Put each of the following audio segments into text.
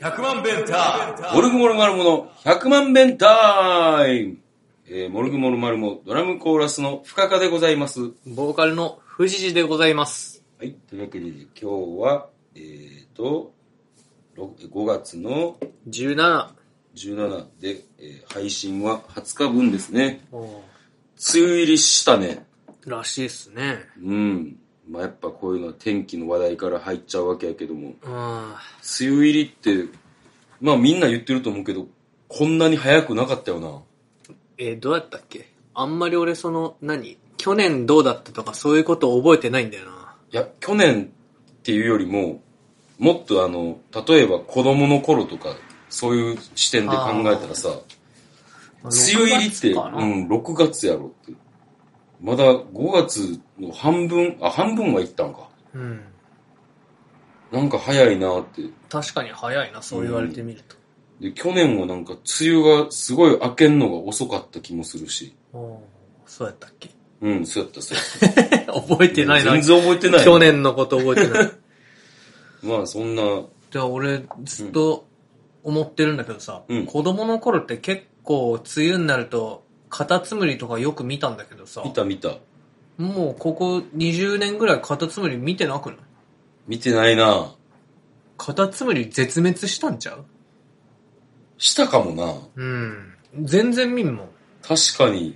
100万弁タイムモルグモルマルモの100万弁タイム、えー、モルグモルマルモドラムコーラスの深川でございます。はボーカルの藤次でございます。い。というわけで今日は、えーと、ろ5月の17。 17で、えー配信は20日分ですね。お梅雨入りしたね。らしいですね。うん。まあ、やっぱこういうのは天気の話題から入っちゃうわけやけども、うん。梅雨入りって、まあみんな言ってると思うけど、こんなに早くなかったよな。えーどうやったっけあんまり俺その、何去年どうだったとかそういうことを覚えてないんだよな。いや、去年っていうよりも、もっとあの、例えば子供の頃とか、そういう視点で考えたらさ、梅雨入りって、 6月う、かなん6月やろって。まだ5月の半分、あ、半分は行ったんか。うん。なんか早いなって。確かに早いな、そう言われてみると。で、去年はなんか梅雨がすごい明けんのが遅かった気もするし。おーそうやったっけうん、そうやった、そうやっ 覚えてないた。な。全然覚えてない。去。年のこと覚えて ない。まあ、そんな、じゃあ俺ずっと思ってるんだけどさ、うん子供の頃って結構梅雨になるとカタツムリとかよく見たんだけどさ見た見た。もうここ20年ぐらいカタツムリ見てなくない見てないなカタツムリ絶滅したんちゃうしたかもなうん全然見んもん確かに。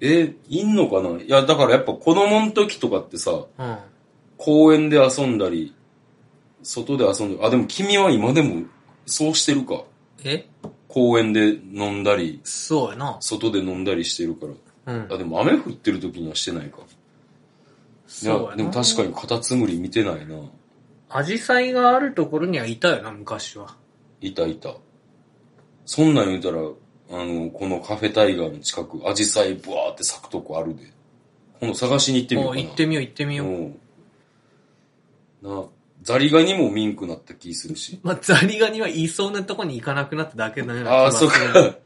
え、いんのかないや、だからやっぱ子供の時とかってさ、うん公園で遊んだり、外で遊んだり、あ、でも君は今でもそうしてるか。え公園で飲んだり、そうやな外で飲んだりしてるから。うんあ、でも雨降ってる時にはしてないか。いそうやや、なでも確かにカタツムリ見てないなアジサイがあるところにはいたよな昔はいたいた。そんなん言うたら、あの、このカフェタイガーの近く、アジサイブワーって咲くとこあるで。今度探しに行ってみようおかな。行ってみよう行ってみよう、うんな、ザリガニもミンクなった気するし。まあ、ザリガニはいそうなとこに行かなくなっただけだような気ああ、がそすっる か。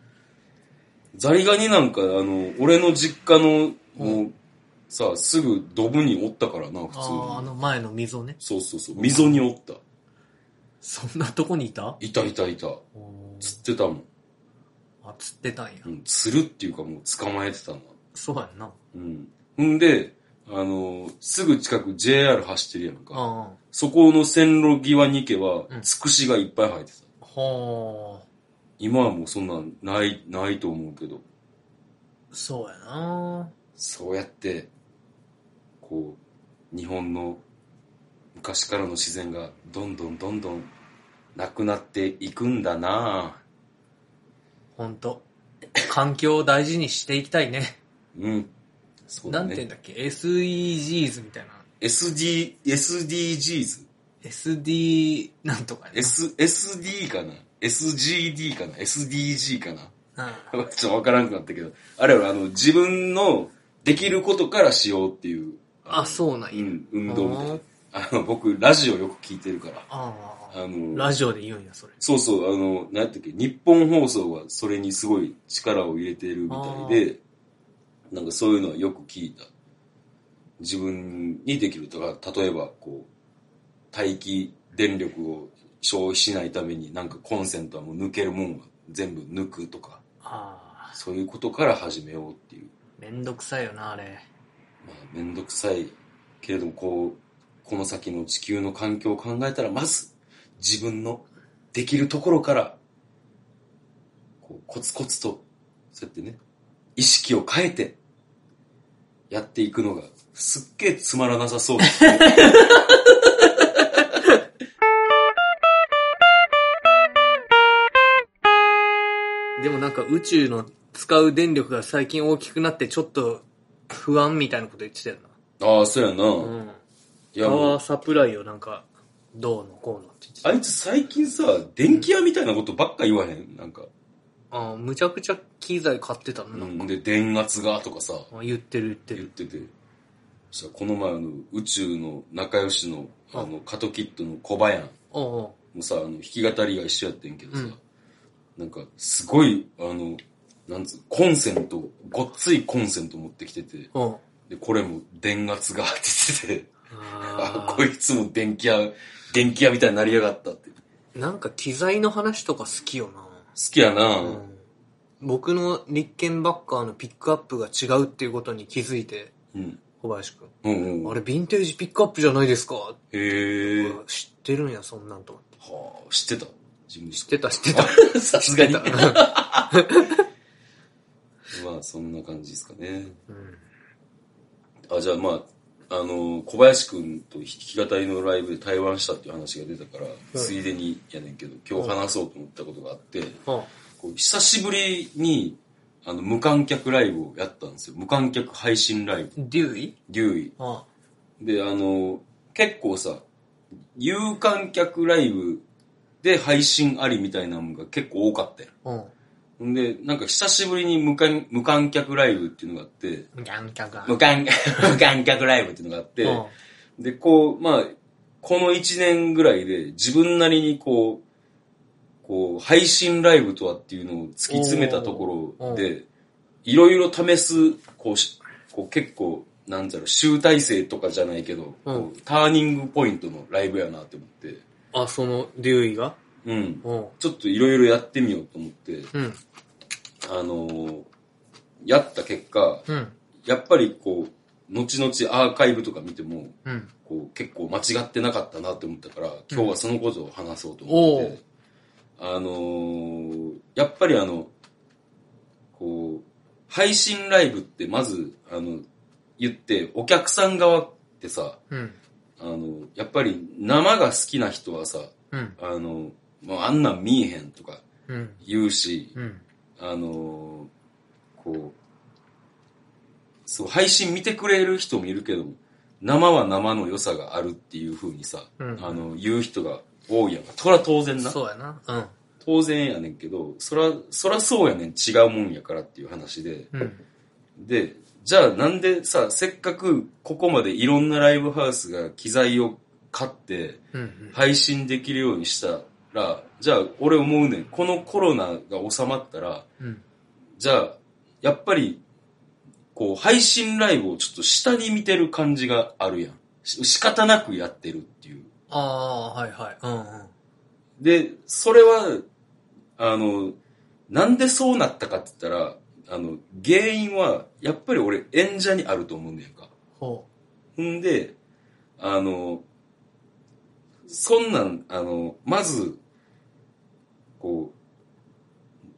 ザリガニなんか、あの、俺の実家の、もう、さ、すぐドブにおったからな、普通あああに。の前の溝ねそうそうそう。溝におった。そんなとこにいたいたいたいた。釣ってたもん。あ、釣ってたんやう。ん、釣るっていうかもう捕まえてたな。そうやんな。うん。ほんで、あの、すぐ近く JR 走ってるやんか。あそこの線路際に行けばう、んつくしがいっぱい生えてた。あ。はあ。今はもうそんなんない、ないと思うけど、そうやな。そうやって、こう、日本の昔からの自然がどんどんどんどんなくなっていくんだなぁほんと。環境を大事にしていきたいね。うん。そうなだんて言うんね。だっけ ?SEGs みたいな。 SD、SDGs。 SD なんとかね。 S、SD かな ?SGD かな ?SDG かな うん。ちょっとわからんくなったけど、あれはあの、自分のできることからしようっていう。のあ、そうなんうや。ん、運動みたいあな。あの、僕、ラジオよく聞いてるから。ああ。あの、ラジオで言うんや、それ。そうそう、あの、なんやったっけ、日本放送がそれにすごい力を入れてるみたいで、なんかそういうのはよく聞いた。自分にできるとか、例えば、こう、待機電力を消費しないために、なんかコンセントはもう抜けるもんは全部抜くとか、ああ。そういうことから始めようっていう。めんどくさいよな、あれ。まあ、めんどくさいけれども、こう、この先の地球の環境を考えたら、まず、自分のできるところから、こう、コツコツと、そうやってね、意識を変えて、やっていくのが、すっげえつまらなさ そうですね。でもなんか宇宙の使う電力が最近大きくなってちょっと不安みたいなこと言ってたよな。ああ、そうやな。うん。いや、パもワうーサプライをなんか、どうのこうのって言ってた。あいつ最近さ、電気屋みたいなことばっか言わへん。なんか、ああ、むちゃくちゃ機材買ってたの、うなんん、か。で、電圧がとかさ、あ言ってる言って言っる。てて、そしたらこの前あの宇宙の仲良しのあのカトキットのコバヤンおうおうもさ、あの弾き語りが一緒やってんけどさ、うんなんかすごい、あの、なんつう、コンセント、ごっついコンセント持ってきてて、おうで、これも電圧がって言ってて、あら、こいつも電気屋、電気屋みたいになりやがったって。好なんか機材の話とか好きよきやな、な、うん僕の立憲バッカーのピックアップが違うっていうことに気づいて、うん。小林くん。うんうん。あれ、ヴィンテージピックアップじゃないですか、へえ。知ってるんや、そんなんと思って。はあ、知ってた自分で知知ってた、知ってた。 た。 さすがに。知ってまたあ、そんな感じですかね。うんあ、じゃあまあ、あの、小林くんと弾き語りのライブで対話したっていう話が出たから、ついでにやねんけど、今日話そうと思ったことがあって、はこう久しぶりに、あの、無観客ライブをやったんですよ。無観客配信ライブ。デューイデューイ。はで、あの、結構さ、有観客ライブで配信ありみたいなのが結構多かったよ。うん。んで、なんか久しぶりに無観無観客ライブっていうのがあって、ギャンキャガ無観 無観客ライブっていうのがあって、で、こう、まあ、この1年ぐらいで自分なりにこう、こう、配信ライブとはっていうのを突き詰めたところで、いろいろ試す、こうし、こう結構、なんだろう、集大成とかじゃないけど、うんこうターニングポイントのライブやなって思って、あ、その、デューイがうん。うん。ちょっといろいろやってみようと思って、うん。あのーやった結果、うん。やっぱりこう、後々アーカイブとか見ても、うん。こう結構間違ってなかったなって思ったから、今日はそのことを話そうと思ってて、あのーやっぱりあの、こう、配信ライブってまず、あの、言って、お客さん側ってさ、うん。あの、やっぱり生が好きな人はさ、うん。あの、もうあんなん見えへんとかうん。言うし、うん。あのーこう、そう、配信見てくれる人もいるけども、生は生の良さがあるっていう風にさ、うんあの、言う人が多いやんか。そら当然な。そうやな。うん。当然やねんけど、そら、そらそうやねん、違うもんやからっていう話で。うん。で、じゃあなんでさ、せっかくここまでいろんなライブハウスが機材を買って、うん。配信できるようにしたら、じゃあ俺思うねん、このコロナが収まったら、うん。じゃあ、やっぱり、こう、配信ライブをちょっと下に見てる感じがあるやん。し仕方なくやってるっていう。ああ、はいはい。うで、それは、あの、なんでそうなったかって言ったら、あの、原因は、やっぱり俺演者にあると思うねんか。んうん。ほんで、あの、そんなん、あの、まず、こう、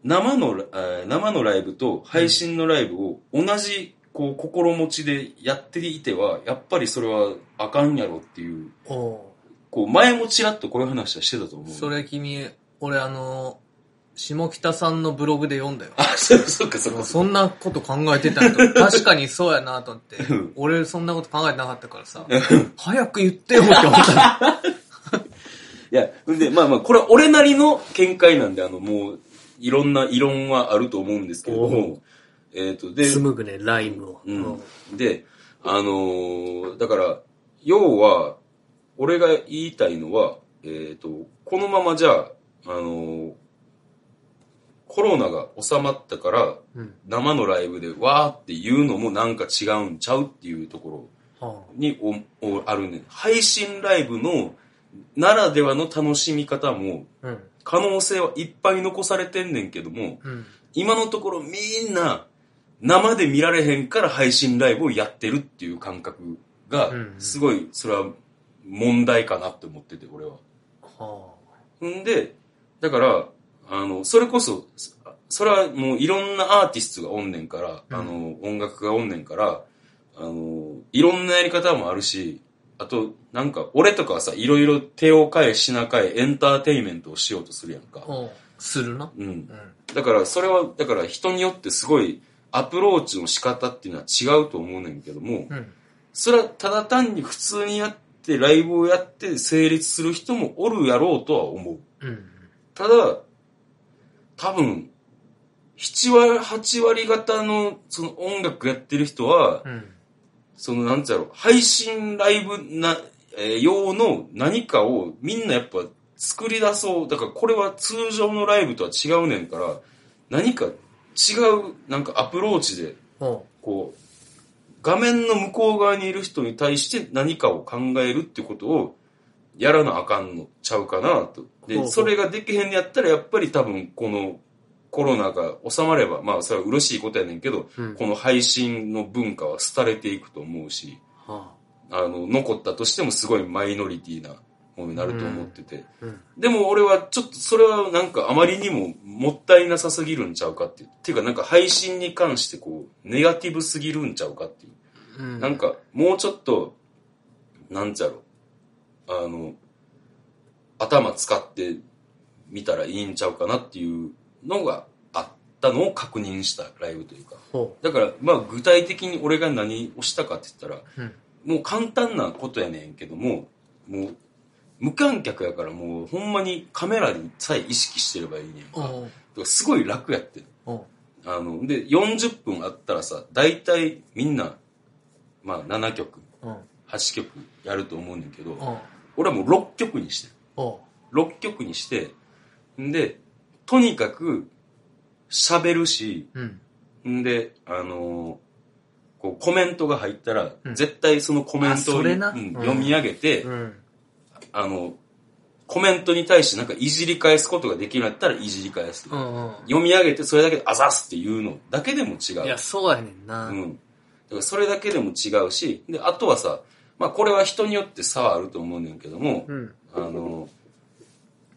生の、えー生のライブと配信のライブを同じ、こう、心持ちでやっていては、やっぱりそれはあかんやろっていう、う。おこう、前もちらっとこういう話はしてたと思うう。それ君、俺あの、下北さんのブログで読んだよ。あ、そう、そっかそっかそっか。そんなこと考えてたんやと。確かにそうやなと思ってうん。俺そんなこと考えてなかったからさ。早く言ってよって思った。いや、んで、まあまあ、これは俺なりの見解なんで、あの、もう、いろんな異論はあると思うんですけれどおも、えっ、と、で、紡ぐね、ライムを。うん。で、あのーだから、要は、俺が言いたいのは、えっ、と、このままじゃあ、あのーコロナが収まったから、うん。生のライブでわーって言うのもなんか違うんちゃうっていうところはにおおあるね。配信ライブのならではの楽しみ方もあ。うん。可能性はいっぱい残されてんねんけども、うん。今のところみんな生で見られへんから配信ライブをやってるっていう感覚がうんうんすごいそれは問題かなって思ってて俺は。はあ。んでだからあのそれこそそそれはもういろんなアーティストがおんねんから、うんあの音楽がおんねんからあのいろんなやり方もあるしあとなんか俺とかはさいろいろ手を変え品変えエンターテインメントをしようとするやんか。うん。するな。うんうん。だからそれはだから人によってすごいアプローチの仕方っていうのは違うと思うねんけどもうん。それはただ単に普通にやってライブをやって成立する人もおるやろうとは思ううん。ただ多分7割8割方のその音楽やってる人はうん。そのなんちゃろう配信ライブな、えー用の何かをみんなやっぱ作り出そうだからこれは通常のライブとは違うねんから何か違うなんかアプローチでほこう画面の向こう側にいる人に対して何かを考えるってことをやらなあかんのちゃうかなと。ほうで、ほうそれができへんのやったらやっぱり多分このコロナが収まれば、まあそれは嬉しいことやねんけど、うんこの配信の文化は廃れていくと思うし、はあの、残ったとしてもすごいマイノリティなものになると思ってて。あうんでも俺はちょっとそれはなんかあまりにももったいなさすぎるんちゃうかっていう。っていうかなんか配信に関してこう、ネガティブすぎるんちゃうかっていう。うんなんかもうちょっと、なんちゃろ、あの、頭使ってみたらいいんちゃうかなっていうのがあったのを確認したライブというか。ほだからまあ具体的に俺が何をしたかって言ったら、う、うん、もう簡単なことやねんけども、もう、無観客やからもうほんまにカメラにさえ意識してればいいねんか。おだうからすごい楽やってんおうあの、で、40分あったらさ、大体みんな、まあ7曲、おう8曲やると思うねんけど、おう俺はもう6曲にしておうる。6曲にして、んで、とにかく喋るし、うんんで、あのーこうコメントが入ったら、うん絶対そのコメントあを、それなうんうん読み上げて、うんあの、コメントに対してなんかいじり返すことができるんやったらいじり返す。うんうん読み上げてそれだけであざすっていうのだけでも違う。いやそうやねんな、うん。だからそれだけでも違うし、で、あとはさ、まあこれは人によって差はあると思うねんけども、うんあの、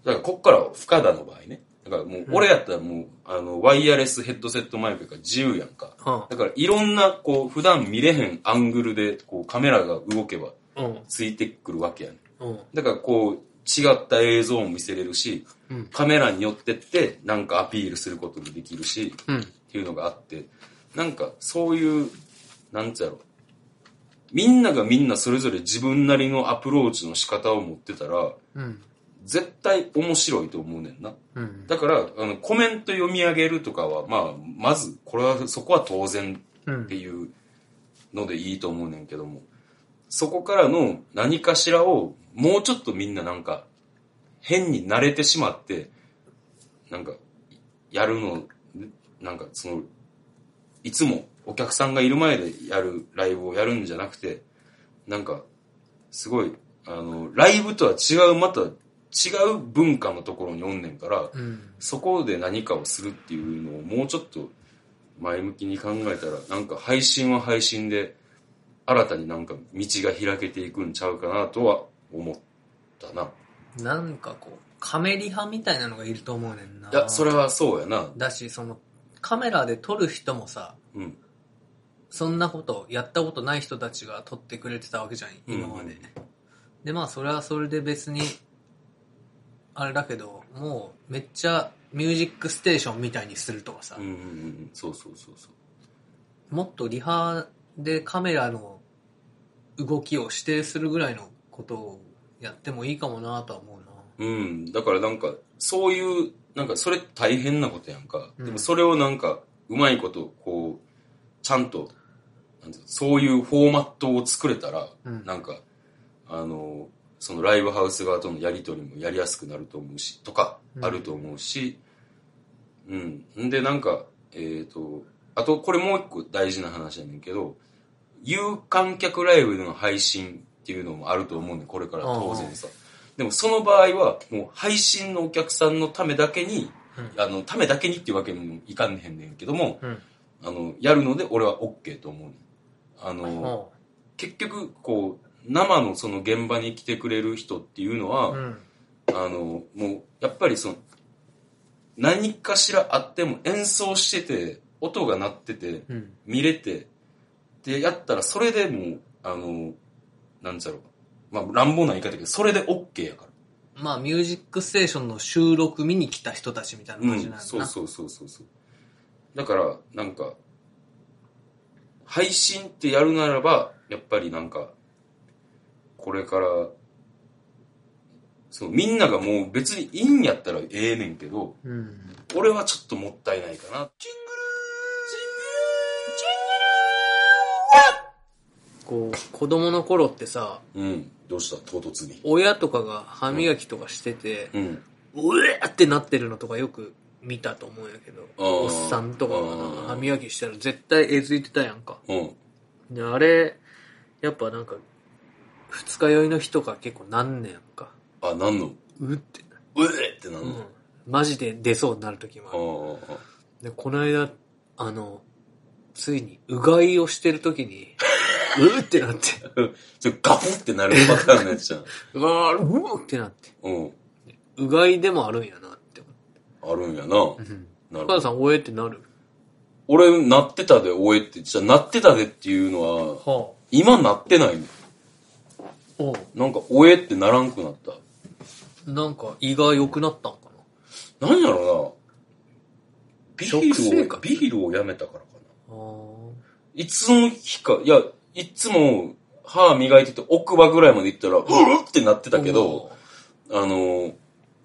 だからこっからは深田の場合ね。だからもう俺やったらもう、あの、ワイヤレスヘッドセットマイクが自由やんか。はだからいろんなこう普段見れへんアングルでこうカメラが動けばあうんついてくるわけやねん。うんだからこう違った映像も見せれるし、うんカメラに寄ってってなんかアピールすることもできるし、うんっていうのがあって、なんかそういう、なんつうやろ、みんながみんなそれぞれ自分なりのアプローチの仕方を持ってたら、うん絶対面白いと思うねんな。うんだから、あの、コメント読み上げるとかは、まあ、まず、これは、そこは当然うってんいうのでいいと思うねんけども、そこからの何かしらを、もうちょっとみんななんか、変に慣れてしまって、なんか、やるの、なんかその、いつもお客さんがいる前でやるライブをやるんじゃなくて、なんか、すごい、あの、ライブとは違う、また違う文化のところにおんねんから、うんそこで何かをするっていうのをもうちょっと前向きに考えたら、なんか配信は配信で、新たになんか道が開けていくんちゃうかなとは思ったな。なんかこうカメリ派みたいなのがいると思うねんないや、それはそうやな。だしそのカメラで撮る人もさうん。そんなことやったことない人たちが撮ってくれてたわけじゃん今まで、うんでまあそれはそれで別にあれだけどもうめっちゃ「ミュージックステーション」みたいにするとかさ、うんうんうん。そうそうそうそう。もっとリハでカメラの動きを指定するぐらいのことをやってもいいかもなとは思うなうん、だからなんか、そういう、なんかそれ大変なことやんか。うんでもそれをなんか、うまいこと、こう、ちゃんと、なんていうのそういうフォーマットを作れたら、うんなんか、あの、そのライブハウス側とのやりとりもやりやすくなると思うし、とかう、んあると思うし、うん。んで、なんか、えっ、と、あと、これもう一個大事な話やねんけど、有観客ライブでの配信っていうのもあると思うねんこれから当然さ。でもその場合は、もう配信のお客さんのためだけに、うんあの、ためだけにっていうわけにもいかんへんねんけども、うんあの、やるので俺は OK と思うねんあの、ほ結局、こう、生のその現場に来てくれる人っていうのは、ううんあの、もう、やっぱりその、何かしらあっても演奏してて、音が鳴ってて、うん見れて、で、やったらそれでもう、あの、なんちゃろう。まあ、乱暴な言い方だけど、それで OK やから。まあ「ミュージックステーション」の収録見に来た人たちみたいなう感じん、なんだな、そうそうそうそうそう。だから、なんか、配信ってやるならば、やっぱりなんか、これから、そう、みんながもう別にいいんやったらええねんけど、うん俺はちょっともったいないかな。ジンこう子供の頃ってさグルーうん。どうした唐突に。親とかが歯磨きとかしてて、うん。うえーってなってるのとかよく見たと思うんやけどあーおっさんとかがなあー歯磨きしたら絶対えずいてたやんかうん。で、あれ、やっぱなんか、二日酔いの日とか結構なんねんか。あ、なんのうって、うえってなうんんの、。マジで出そうになる時もある。ああ、で、この間、あの、ついに、うがいをしてる時に、 うーってなって、ちょ、ガフってなるパターンのやつじゃん。 うわー、うーってなって、うん。うがいでもあるんやなって思あるんやな。なって。うん。るおほ母ど。さん、おえってなる俺、なってたで、おえって。じゃあ、なってたでっていうのは、は今なってないの。あ。おうなんか、おえってならんくなった。なんか、胃が良くなったんかなんやろな。ビ食ー生ルを、活ビールをやめたからかな。な。あーいつの日か、いや、いつも歯磨いてて奥歯ぐらいまで行ったら、うるってなってたけど、、あの、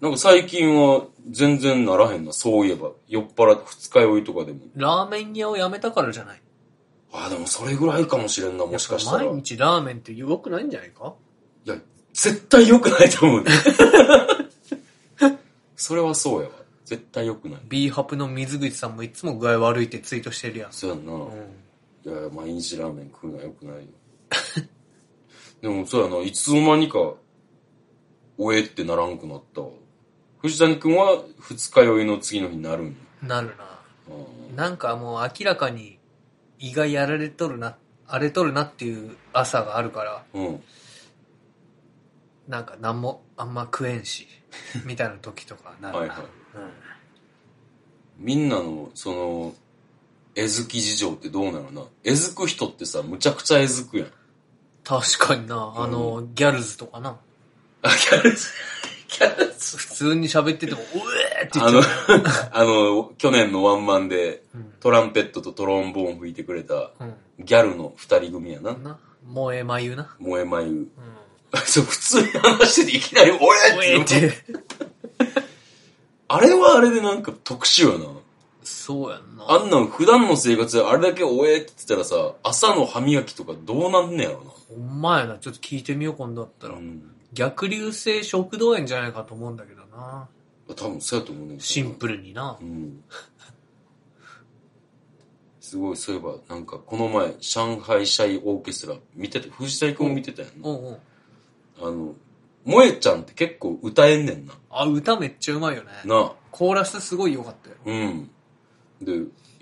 なんか最近は全然ならへんな、そういえば。酔っ払って二日酔いとかでも。ラーメン屋をやめたからじゃない。あ、でもそれぐらいかもしれんな、もしかしたら。やっぱ毎い日ラーメンって良くないんじゃないかや、絶対良くないと思うね。 それはそうやわ。絶対良くない。 ?B ハプの水口さんもいつも具合悪いってツイートしてるやん。そうやんな。うん。いや、毎日ラーメン食うのは良くないよ。 でも、そうやな、いつの間にか、おえってならんくなったわ。藤谷くんは二日酔いの次の日になるんや。なるあーな。なんかもう明らかに胃がやられとるな、荒れとるなっていう朝があるから、うん。なんか何もあんま食え んし、みたいな時とかなるな。はいはいみんなの、その、えずき事情ってどうなのな。えずく人ってさ、むちゃくちゃえずくやん。確かにな、あの、ギャルズとかな、あ、キャルズ、キャルズ。普通に喋ってても、うえーって言あっちゃのう。、あの、去年のワンマンで、うんトランペットとトロンボーン吹いてくれた、うギャルの二人組やな。ん。な、萌え眉な。萌え眉。うん。 そう、普通に話してていきなり、おおええっってて。あれはあれでなんか特殊やな。そうやんな。あんなん普段の生活であれだけおえって言ってたらさ、朝の歯磨きとかどうなんねやろほんまやな。ちょっと聞いてみよう、今度だったな。ら。うん。逆流性食道炎じゃないかと思うんだけどな。多分そうやと思うねんけどなシンプルになう。ん。すごい、そういえば、なんかこの前、上海シャイオーケストラ見てて、藤谷君も見てたやんな。おうんうん。あの、萌えちゃんって結構歌えんねんな。あ、歌めっちゃうまいよね。なあ。コーラスすごい良かったよ。うん。で、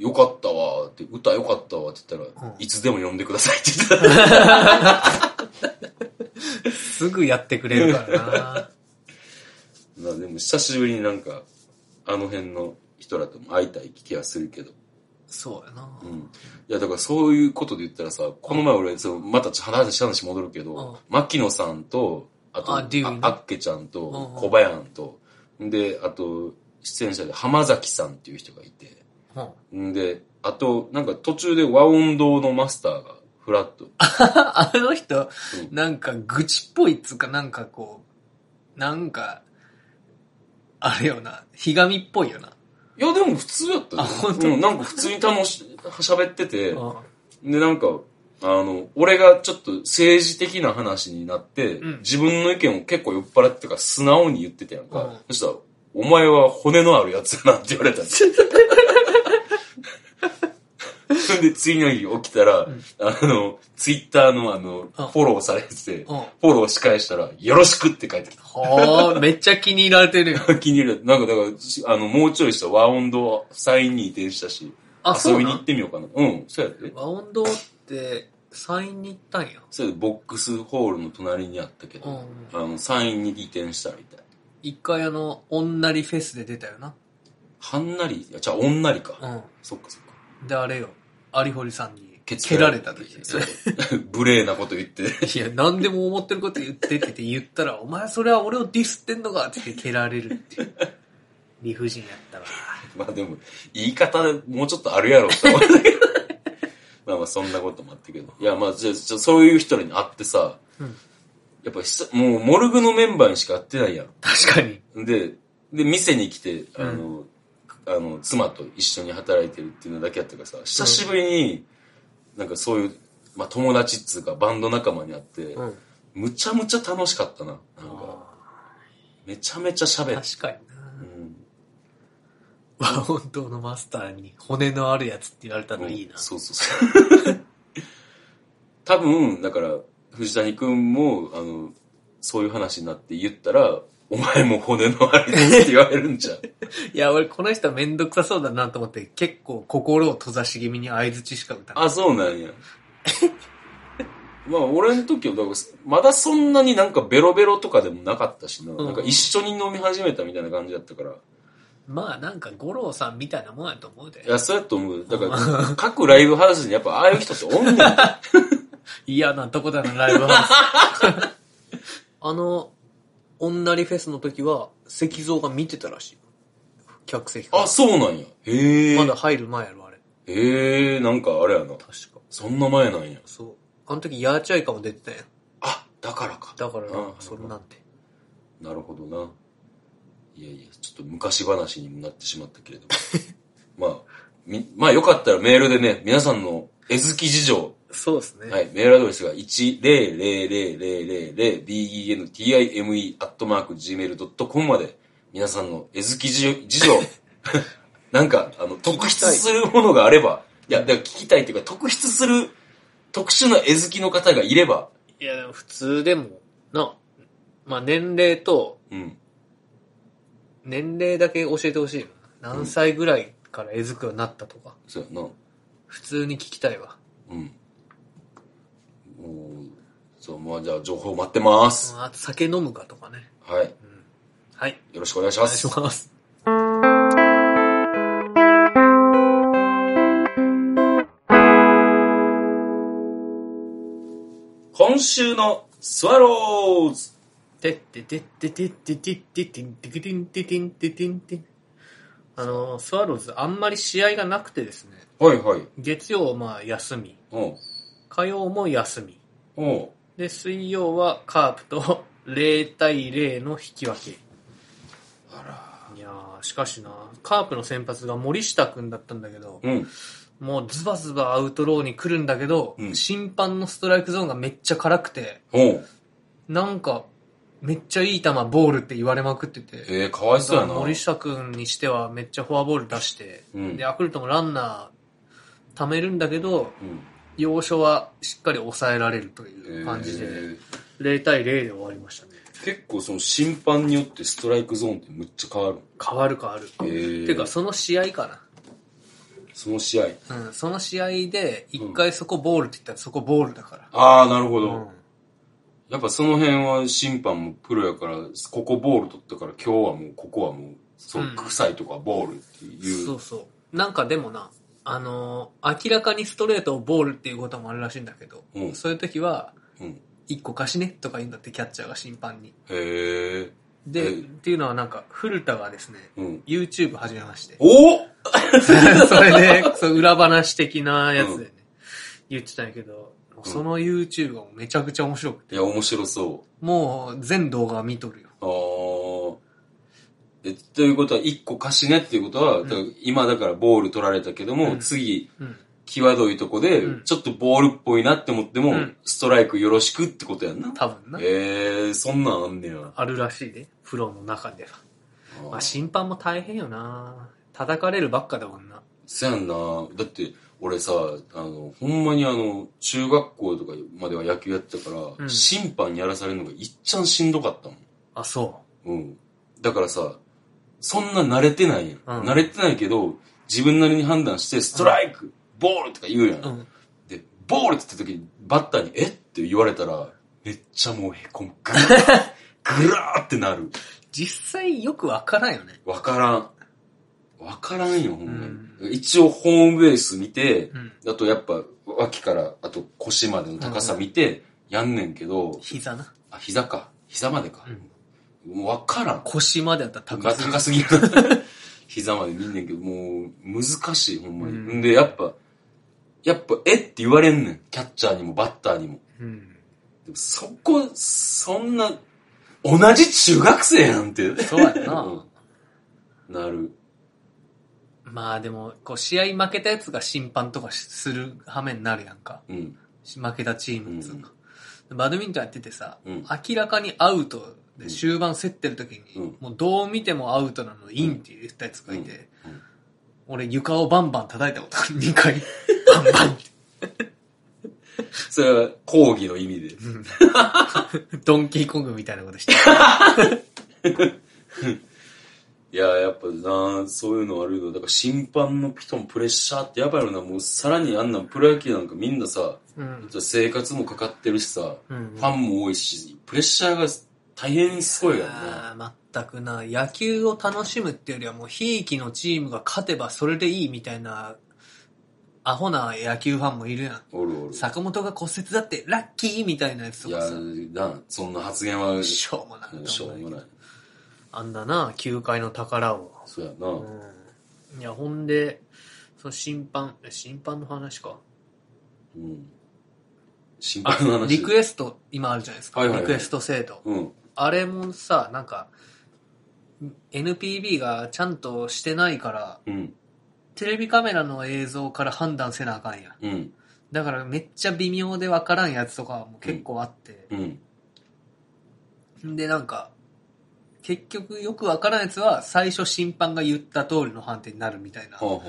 よかったわーって、歌よかったわーって言ったら、うんいつでも呼んでくださいって言ってた。 すぐやってくれるからまあでも久しぶりになんか、あの辺の人らとも会いたい気がするけど。な。 そうやな。うん。いやだからそういうことで言ったらさ、この前俺、そのまた話話戻るけど、牧野さんと、あと、あデューイねああっけちゃんうんとう、ん小林と、で、あと、出演者で浜崎さんっていう人がいて、うん。 んで、あと、なんか途中で和音堂のマスターが、フラッと。あの人、うんなんか愚痴っぽいっつうか、なんかこう、なんか、あれよな、ひがみっぽいよな。いや、でも普通やったよあ本当うん、なんか普通に楽し、喋ってて、うんで、なんか、あの、俺がちょっと政治的な話になって、うん自分の意見を結構酔っ払ってたから素直に言ってたやんか。うんそしたら、お前は骨のあるやつだなって言われたんです それで次の日起きたら、んあの、ツイッターのあの、うんフォローされてて、うんフォローし返したら、よろしくって書いてきた。 はあ、めっちゃ気に入られてるよ。 気に入る。なんか、だからし、あの、もうちょいしたら和音堂サインに移転したし、あ、そ遊うびなに行っんてみようかな。うん、そうやって。和音堂って、サインに行ったんや。それでボックスホールの隣にあったけど、うあの、サインに移転したみたい。一回あの、女りフェスで出たよな。はんなり、いや、じゃあ、おんなりか。うそっかそっか。 ん。で、あれよ、有堀さんにケツ蹴られた時。そう無礼なこと言って。 いや、何でも思ってること言ってって言ったら、お前それは俺をディスってんのかって言って蹴られるっていう。理不尽やったわ。まあでも、言い方もう ちょっとあるやろって思ったけど。まあまあ、そんなこともあったけど。いや、まあ、じゃあ、じゃあそういう人らに会ってさ、うんやっぱ久、もう、モルグのメンバーにしか会ってないやん。確かに。で、で、店に来て、あの、あの、妻と一緒に働いてるっていうのだけやったからさ、久しぶりに、なんかそういう、まあ友達っつうかバンド仲間に会って、うん。むちゃむちゃ楽しかったな。なんか、めちゃめちゃ喋って。確かにうな。ん和音堂のマスターに骨のあるやつって言われたのいいな。そうそうそう。 多分、だから、藤谷くんも、あの、そういう話になって言ったら、お前も骨のあれだって言われるんじゃん。いや、俺この人はめんどくさそうだなと思って、結構心を閉ざし気味に相づちしか歌ない。あ、そうなんや。まあ、俺の時は、だから、まだそんなになんかベロベロとかでもなかったしな。うんなんか一緒に飲み始めたみたいな感じだったから。まあなんか五郎さんみたいなもんやと思うでい。や、そうやと思う。だから、各ライブハウスにやっぱああいう人っておんねん。 嫌なとこだな、ライブハウス。あの、女リフェスの時は、石像が見てたらしいよ。客席からあ、。そうなんや。へえ。まだ入る前やろ、あれ。へえ、なんかあれやな。確か。そんな前なんや。そう。あの時、ヤーチャイカも出てたやん。あ、だからか。だからなあ、それなんて。なるほどな。いやいや、ちょっと昔話にもなってしまったけれど も。まあ、み、まあよかったらメールでね、皆さんの絵好き事情、そうですね。はい、メールアドレスが 1000000bentime.gmail.com まで、皆さんの絵好き事事 情、なんか、あの、特筆するものがあれば、いや、だから聞きたいというか、特筆する、特殊な絵好きの方がいれば、いや、でも普通でも、な、まあ年齢と、うん。年齢だけ教えてほしいよな。何歳ぐらいから絵づくようになったとか、そうやな。普通に聞きたいわ。うん。もう、そう、まあじゃあ情報待ってます。あと酒飲むかとかね。はい。はい。よろしくお願いしおま願いす。します。今週のスワローズてっててっててっててっててんててんててんててんてん。あの、スワローズあんまり試合がなくてですね。はいはい。月曜まあ休み。うん。火曜も休み。うん。で、水曜はカープと0対0の引き分け。あいやー、しかしな、カープの先発が森下くんだったんだけど、ら。うん。もうズバズバアウトローに来るんだけど、うん審判のストライクゾーンがめっちゃ辛くて、うん。なんか、めっちゃいい球ボールって言われまくってて、えー、かわいそうやな。森下くんにしてはめっちゃフォアボール出して、うんで、。ヤクルトもランナー貯めるんだけど、うん要所はしっかり抑えられるという感じで、えー0対0で終わりましたね。結構その審判によってストライクゾーンってむっちゃ変わる。変わる変わる。えーていうか、その試合かな。その試合。うん、その試合で、一回そこボールって言ったらそこボールだから。ああ、なるほど。うんやっぱその辺は審判もプロやから、ここボール取ったから今日はもう、ここはもう、そううん、臭いとかボールっていう。そうそう。なんかでもな、あのー明らかにストレートをボールっていうこともあるらしいんだけど、うんそういう時は、うん。一個貸しねとか言うんだって、キャッチャーが審判に。へえ。で、えっていうのはなんか、古田がですね、うん。。YouTube 始めましてお それで、そう裏話的なやつでね、言ってたんやけど、その YouTube がめちゃくちゃ面白くて、いや、面白そもう全動画見とるよ。う。ああ。え、ということは、一個貸しねっていうことは、だから今だからボール取られたけども、うん次、うん。際どいとこで、うんちょっとボールっぽいなって思っても、うんストライクよろしくってことやんな。多分な。ええそんなんあんねや。あるらしいで、プロの中では。まああー審判も大変よな叩かれるばっかだもんな。そやんな。だって、俺さ、あの、ほんまにあの、中学校とかまでは野球やってたから、うん審判にやらされるのがいっちゃんしんどかったもん。あ、そうん。だからさ、そんな慣れてないやん。うん慣れてないけど、自分なりに判断して、ストライク、ボールとか言うやん。う。うん。で、ボールって言った時に、バッターに、えって言われたら、めっちゃもうへこむ。ぐらー ぐらーってなる。実際よくわからんよね。わからん。わからんよ、ほんまに。う一応、ホームベース見て、うん。あとやっぱ、脇から、あと腰までの高さ見て、やんねんけど、膝な。あ、膝か。膝までか。もうわからん。腰まであったら高高すすぎぎ高る。すぎる。 膝まで見んねんけど、もう、難しい、ほんまに。うんん、で、やっぱ、やっぱ、えって言われんねん。キャッチャーにも、バッターにも。うん。でもそこ、そんな、同じ中学生やんって。そうやなな。 なる。まあでも、こう試合負けたやつが審判とかしする羽目になるやんか。うん。負けたチームっつうか。バドミントンやっててさ、うん明らかにアウトでん終盤競ってる時に、うんもうどう見てもアウトなのインって言ったやつがいて、うんうん 俺床をバンバン叩いたことある、2回。バンバンって。それは講義の意味で。ドンキーコングみたいなことして。いや、やっぱな、そういうのあるよ。だから審判の人もプレッシャーってやばいよな。もうさらにあんなんプロ野球なんかみんなさ、うん。生活もかかってるしさ、うんファンも多いし、プレッシャーが大変すごいよな。ああ、全くな。野球を楽しむっていうよりはもう、ひいきのチームが勝てばそれでいいみたいな、アホな野球ファンもいるやおるおん。る。坂本が骨折だってラッキーみたいなやついとやかさ、な、そんな発言は、ししょうもない。ょうもない。あんだな、球界の宝を。そうやうな。ん。いや、ほんで、その審判、え審判の話か。うん。審あ判の話。リクエスト、今あるじゃないですか。はいはいはいリクエスト制度。うん。あれもさ、なんか、NPB がちゃんとしてないから、うん。テレビカメラの映像から判断せなあかんやん。うん。だからめっちゃ微妙でわからんやつとかも結構あって。うん。ん、で、なんか、結局よくわからんやつは最初審判が言った通りの判定になるみたいなはあは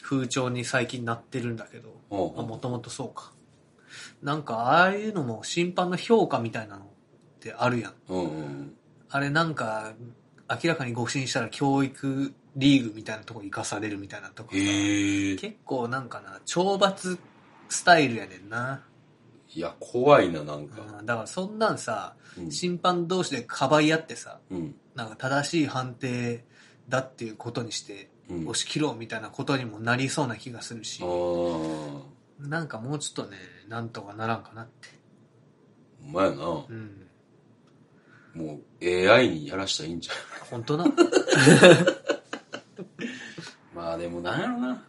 風潮に最近なってるんだけど。あはあ。あ、もはともとそうか。なんかああいうのも審判の評価みたいなのってあるやん。あ。うんうん。あれなんか、明らかに誤審したら教育リーグみたいなとこ生かされるみたいなとこ。へえ。結構なんかな、懲罰スタイルやねんな。いや、怖いな、なんか。うんだからそんなんさ、うん。審判同士でかばい合ってさ、うん。なんか正しい判定だっていうことにして、うん。押し切ろうみたいなことにもなりそうな気がするしああ、。ほなんかもうちょっとね、なんとかならんかなって。んまやな。もうん。う AI にやらしたらいいんじ ゃん。本当な。まあでもなんやろな。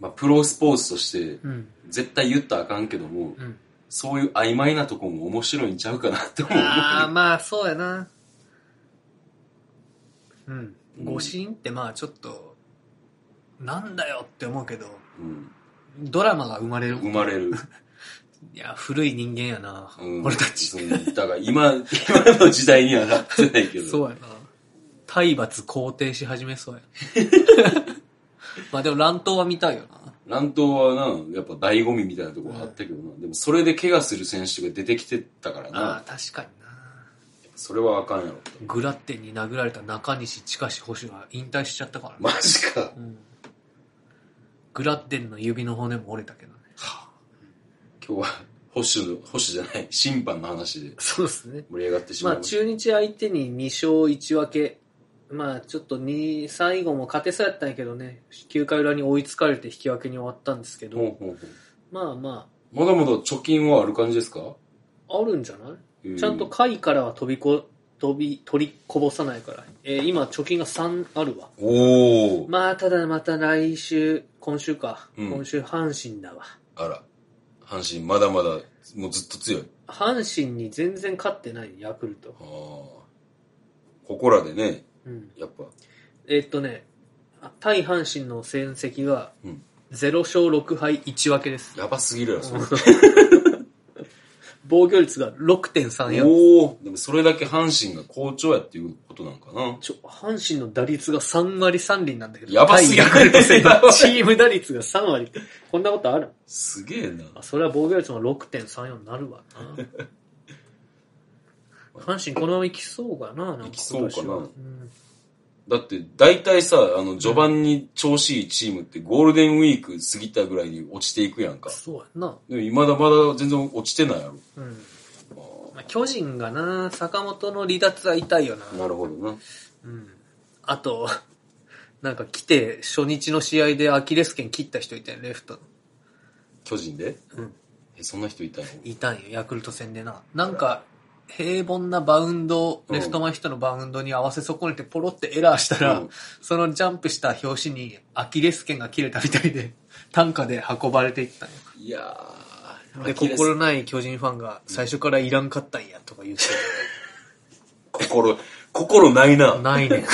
まあプロスポーツとして、 うん。絶対言ったらあかんけども、うん。そういう曖昧なとこも面白いんちゃうかなって思う。ああ、まあそうやな。うん。うん誤審ってまあちょっと、なんだよって思うけど、うん、ドラマが生まれる。生まれる。いや、古い人間やな。うん、 俺たち。そう。だから今、今の時代にはなってないけど。そうやな。体罰肯定し始 めそうや。まあでも乱闘は見たいよな。乱闘はな、やっぱ醍醐味みたいなところあったけどな。でもそれで怪我する選手が出てきてたからああな。、確かにな。それはあかんやろ。グラッテンに殴られた中西近し星が引退しちゃったからな。マジか。うん。グラッテンの指の骨も折れたけどね。今日は、保守の、保守じゃない、審判の話でそうですね。盛り上がってしままいあました。中日相手に2勝1分け。まあちょっと2、最後も勝てそうやったんやけどね、9回裏に追いつかれて引き分けに終わったんですけど、ほうほうほうまあままだまだ貯金はある感じですかあ、あるんじゃないちちゃんと下位からは飛びこ、飛び、取りこぼさないから。えー今、貯金が3あるわ。おお、まあ、ただまた来週、今週か。うん今週、阪神だわ。あら、阪神まだまだ、もうずっと強い。阪神に全然勝ってない、ヤクルトあ。あ。ここらでね、うん。やっぱ、えーっとね、あ対阪神の戦績がうん、 0勝6敗1分けです。やばすぎるやろ、それ。 防御率が6.34。おお、でもそれだけ阪神が好調やっていうことなんかな。ちょ阪神の打率が3割3厘なんだけど。やばすぎる対ヤクルト戦やばいチーム打率が3割って。こんなことあるすげえな。あそれは防御率も6.34になるわな阪神このままいきそうかななんいきそうかな今年はうんだって、大体さ、あの、序盤に調子いいチームってゴールデンウィーク過ぎたぐらいに落ちていくやんか。そうやな、でも、まだまだ全然落ちてないやろ。うんあまあ、巨人がな坂本の離脱は痛いよなーなるほどな。うん、あとなんか来て初日の試合でアキレス腱切った人いたよレフトの巨人でうんえ、そんな人いたのいたんよヤクルト戦でななんか平凡なバウンドうんレフト前ヒットのバウンドに合わせ損ねてポロってエラーしたら、うんそのジャンプした拍子にアキレス腱が切れたみたいで 担架で運ばれていったんよいやー、でアキレス心ない巨人ファンが最初からいらんかったんやとか言って心、心ない な。ないねん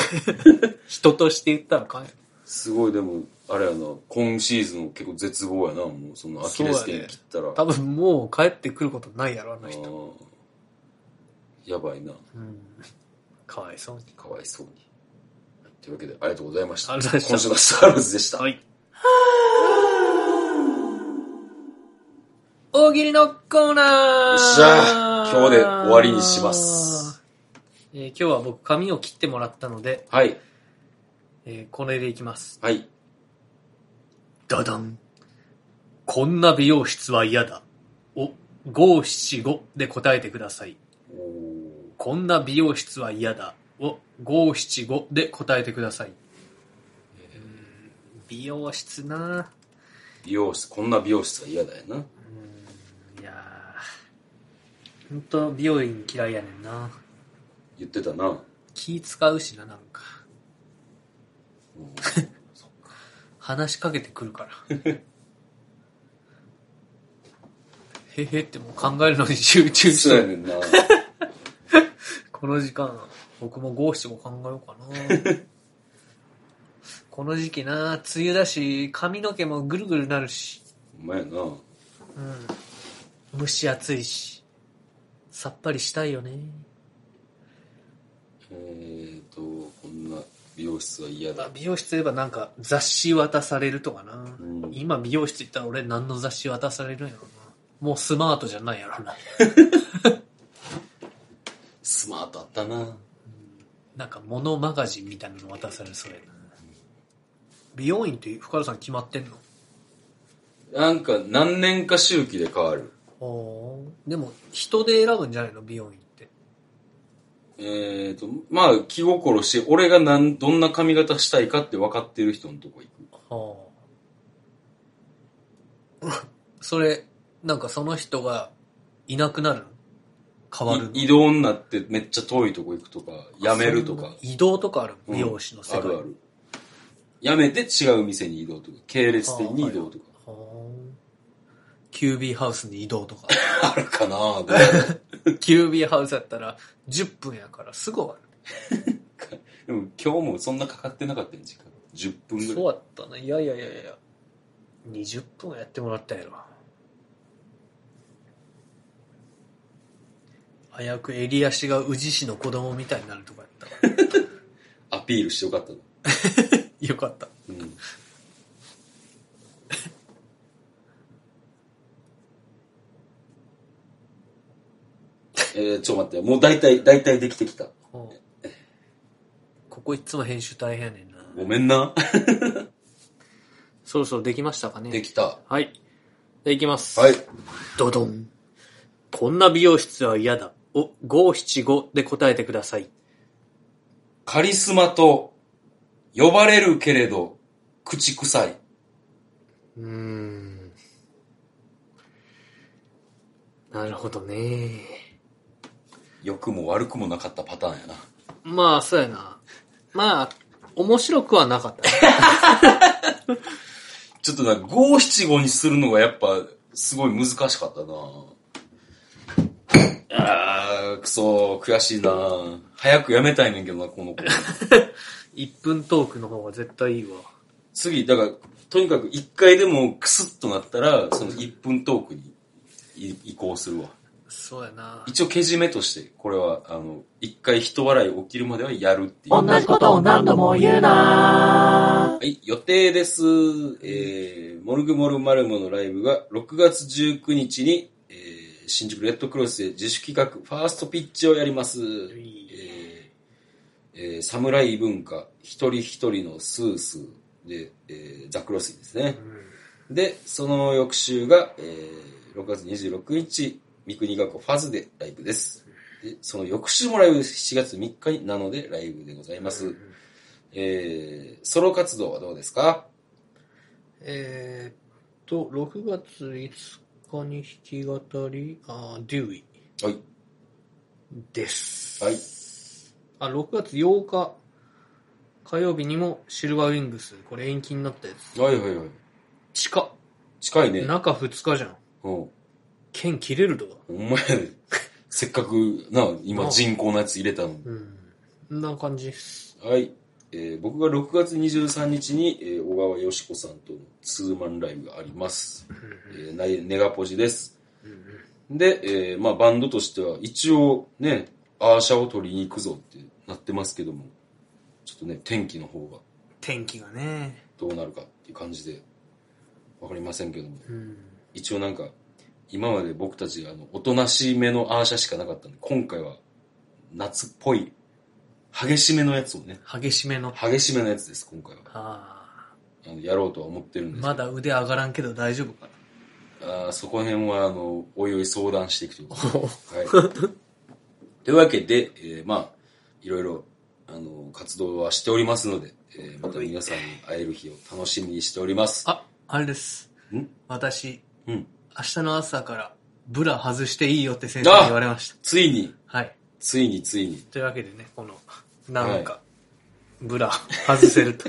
人として言ったらあかんよすごい、でも、あれやな、今シーズン結構絶望やな、もう、そのアキレス腱切ったら。多分もう帰ってくることないやろあの人、あーやばいな、うん、かわいそうにかわいそうに。というわけで、ありがとうございました。ありがとうございま今した週のスタールズでした。はい大喜利のコーナーよっしゃ今日で終わりにします。えー今日は僕髪を切ってもらったので、はい。えーこれでいきます。はい。ダダン。こんな美容室は嫌だ。を5、7、5で答えてください。おーこんな美容室は嫌だ。を5、7、5で答えてください。美容室な美容室、こんな美容室は嫌だよな。いやーほんと美容院嫌いやねんな。言ってた な。気使うしな、なんか。うん話しかけてくるから。 へへってもう考えるのに集中しそうやて。ねんな。この時間、僕も五七五考えようかな。 この時期な、梅雨だし、髪の毛もぐるぐるなるし、お前やな。うん。蒸し暑いし、さっぱりしたいよね。えーと、こんな美容室は嫌まだあ。美容室といえばなんか雑誌渡されるとかな。うん今美容室行ったら俺何の雑誌渡されるんやろな。もうスマートじゃないやろな。スマートあったな。なんかモノマガジンみたいなの渡されそうやな。美容院って深田さん決まってんのなんか何年か周期で変わる。おでも人で選ぶんじゃないの美容院って。えーと、まあ気心して、俺がなんどんな髪型したいかって分かってる人のとこ行く。 それ、なんかその人がいなくなるの変わるのい移動になってめっちゃ遠いとこ行くとか、辞めるとそんかな。移動とかあるうんの美容師の世あ界。るある。辞めて違う店に移動とか、系列店に移動とか。はあキュービーハウスに移動とか。 あるかなどうやろ うキュービーハウスだったら10分やからすぐ終わでも今日もそんなかかってなかったん時間。10分る。ぐそうらい。やったな。いやいやいやいや。20分はやってもらったやろ。早く襟足が宇治市の子供みたいになるとかやったわ。アピールしてよかったな。よかった。うん。えー、ちょっと待って、もう大体、大体できてきた。ここいっつも編集大変やねんな。ごめんな。そろそろできましたかねできた。はい。で、いきます。はい。ドドン。こんな美容室は嫌だ。を575で答えてください。カリスマと呼ばれるけれど、口臭い。うーん。なるほどね。良くも悪くもなかったパターンやな。まあ、そうやな。まあ、面白くはなか った。ちょっとな、五七五にするのがやっぱ、すごい難しかったなあー、くそー、悔しいな早くやめたいねんけどな、この子。 1分トークの方が絶対いいわ。次、だから、とにかく一回でもクスッとなったら、その1分トークにい移行するわ。そうやな。一応けじめとして、これは、あの、一回人笑い起きるまではやるっていう。同じことを何度も言うなはい、予定です。えー、モルグモルマルモのライブが6月19日に、えー、新宿レッドクロスで自主企画、ファーストピッチをやります。えー、えー侍文化、一人一人のスースーで、えー、ザクロスイですね。で、その翌週が、えー、6月26日、三国学校ファズでライブです。で、その翌週もライブです。7月3日になのでライブでございます。えー、ソロ活動はどうですかえー、っと、6月5日に弾き語り、あーデューイはい。です。はい。あ、6月8日、火曜日にもシルバーウィングス、これ延期になったやつ。はいはいはい。近っ。近いね。中2日じゃん。うん。剣切れるとか。お前、せっかく、な、な今あ人工のやつ入れたのに。うん。そんな感じっす。はい。えー僕が6月23日に、えー小川よしこさんとのツーマンライブがあります。えーなネガポジです。で、えーまあバンドとしては一応ね、アーシャを取りに行くぞってなってますけども、ちょっとね、天気の方が天気がね。どうなるかっていう感じで、わかりませんけども、うん。一応なんか、今まで僕たちがあの、おとなしめのアーシャしかなかったんで、今回は、夏っぽい、激しめのやつをね、激しめの。激しめのやつです、今回は。ああの、やろうとは思ってるんーですけどまだ腕上がらんけど大丈夫かあーそこら辺は、あの、おいおい相談していくということで。な。 はい、というわけで、えーまあ、いろいろ、あの、活動はしておりますので、えーまた皆さんに会える日を楽しみにしております。あ、あれです。ん私、うん。明日の朝からブラ外していいよって先生に言われました。ついに、はい。ついについに、というわけでね、この、なんか、ブラ外せると。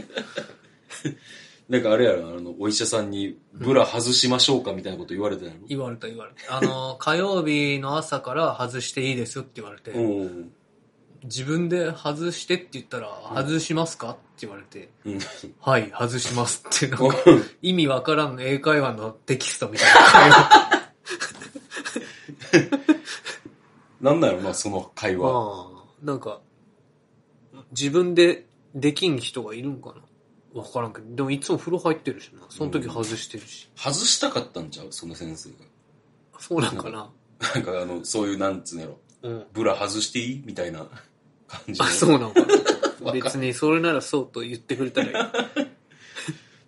なんかあれやろ、あの、お医者さんに、ブラ外しましょうかみたいなこと言われたやろ。言われた言われた。あ の、火曜日の朝から外していいですよって言われて、うん。自分で外してって言ったら、外しますかって言われて、うん。 はい、外しますって、なんか、うん意味わからん英会話のテキストみたいな会話。 なんなんやろな、その会話。まあ、なんか、自分でできん人がいるんかなわからんけど、でもいつも風呂入ってるしな。その時外してるし。外したかったんちゃうその先生そうなんかな。が。なんかあの、そういう、なんつうのやろ。うん。ブラ外していいみたいな感じのあ、そうなの かな。わか別にそれならそうと言ってくれたらいい。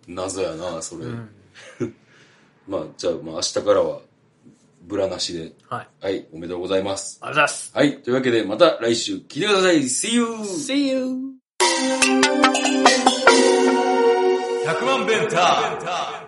謎やな、それ。うん。まあ、じゃあ、まあ、明日からは、ブラなしで。はい。はい、おめでとうございます。ありがとうございます。はい、というわけで、また来週聞いてください。See you! See you! 100万ベンター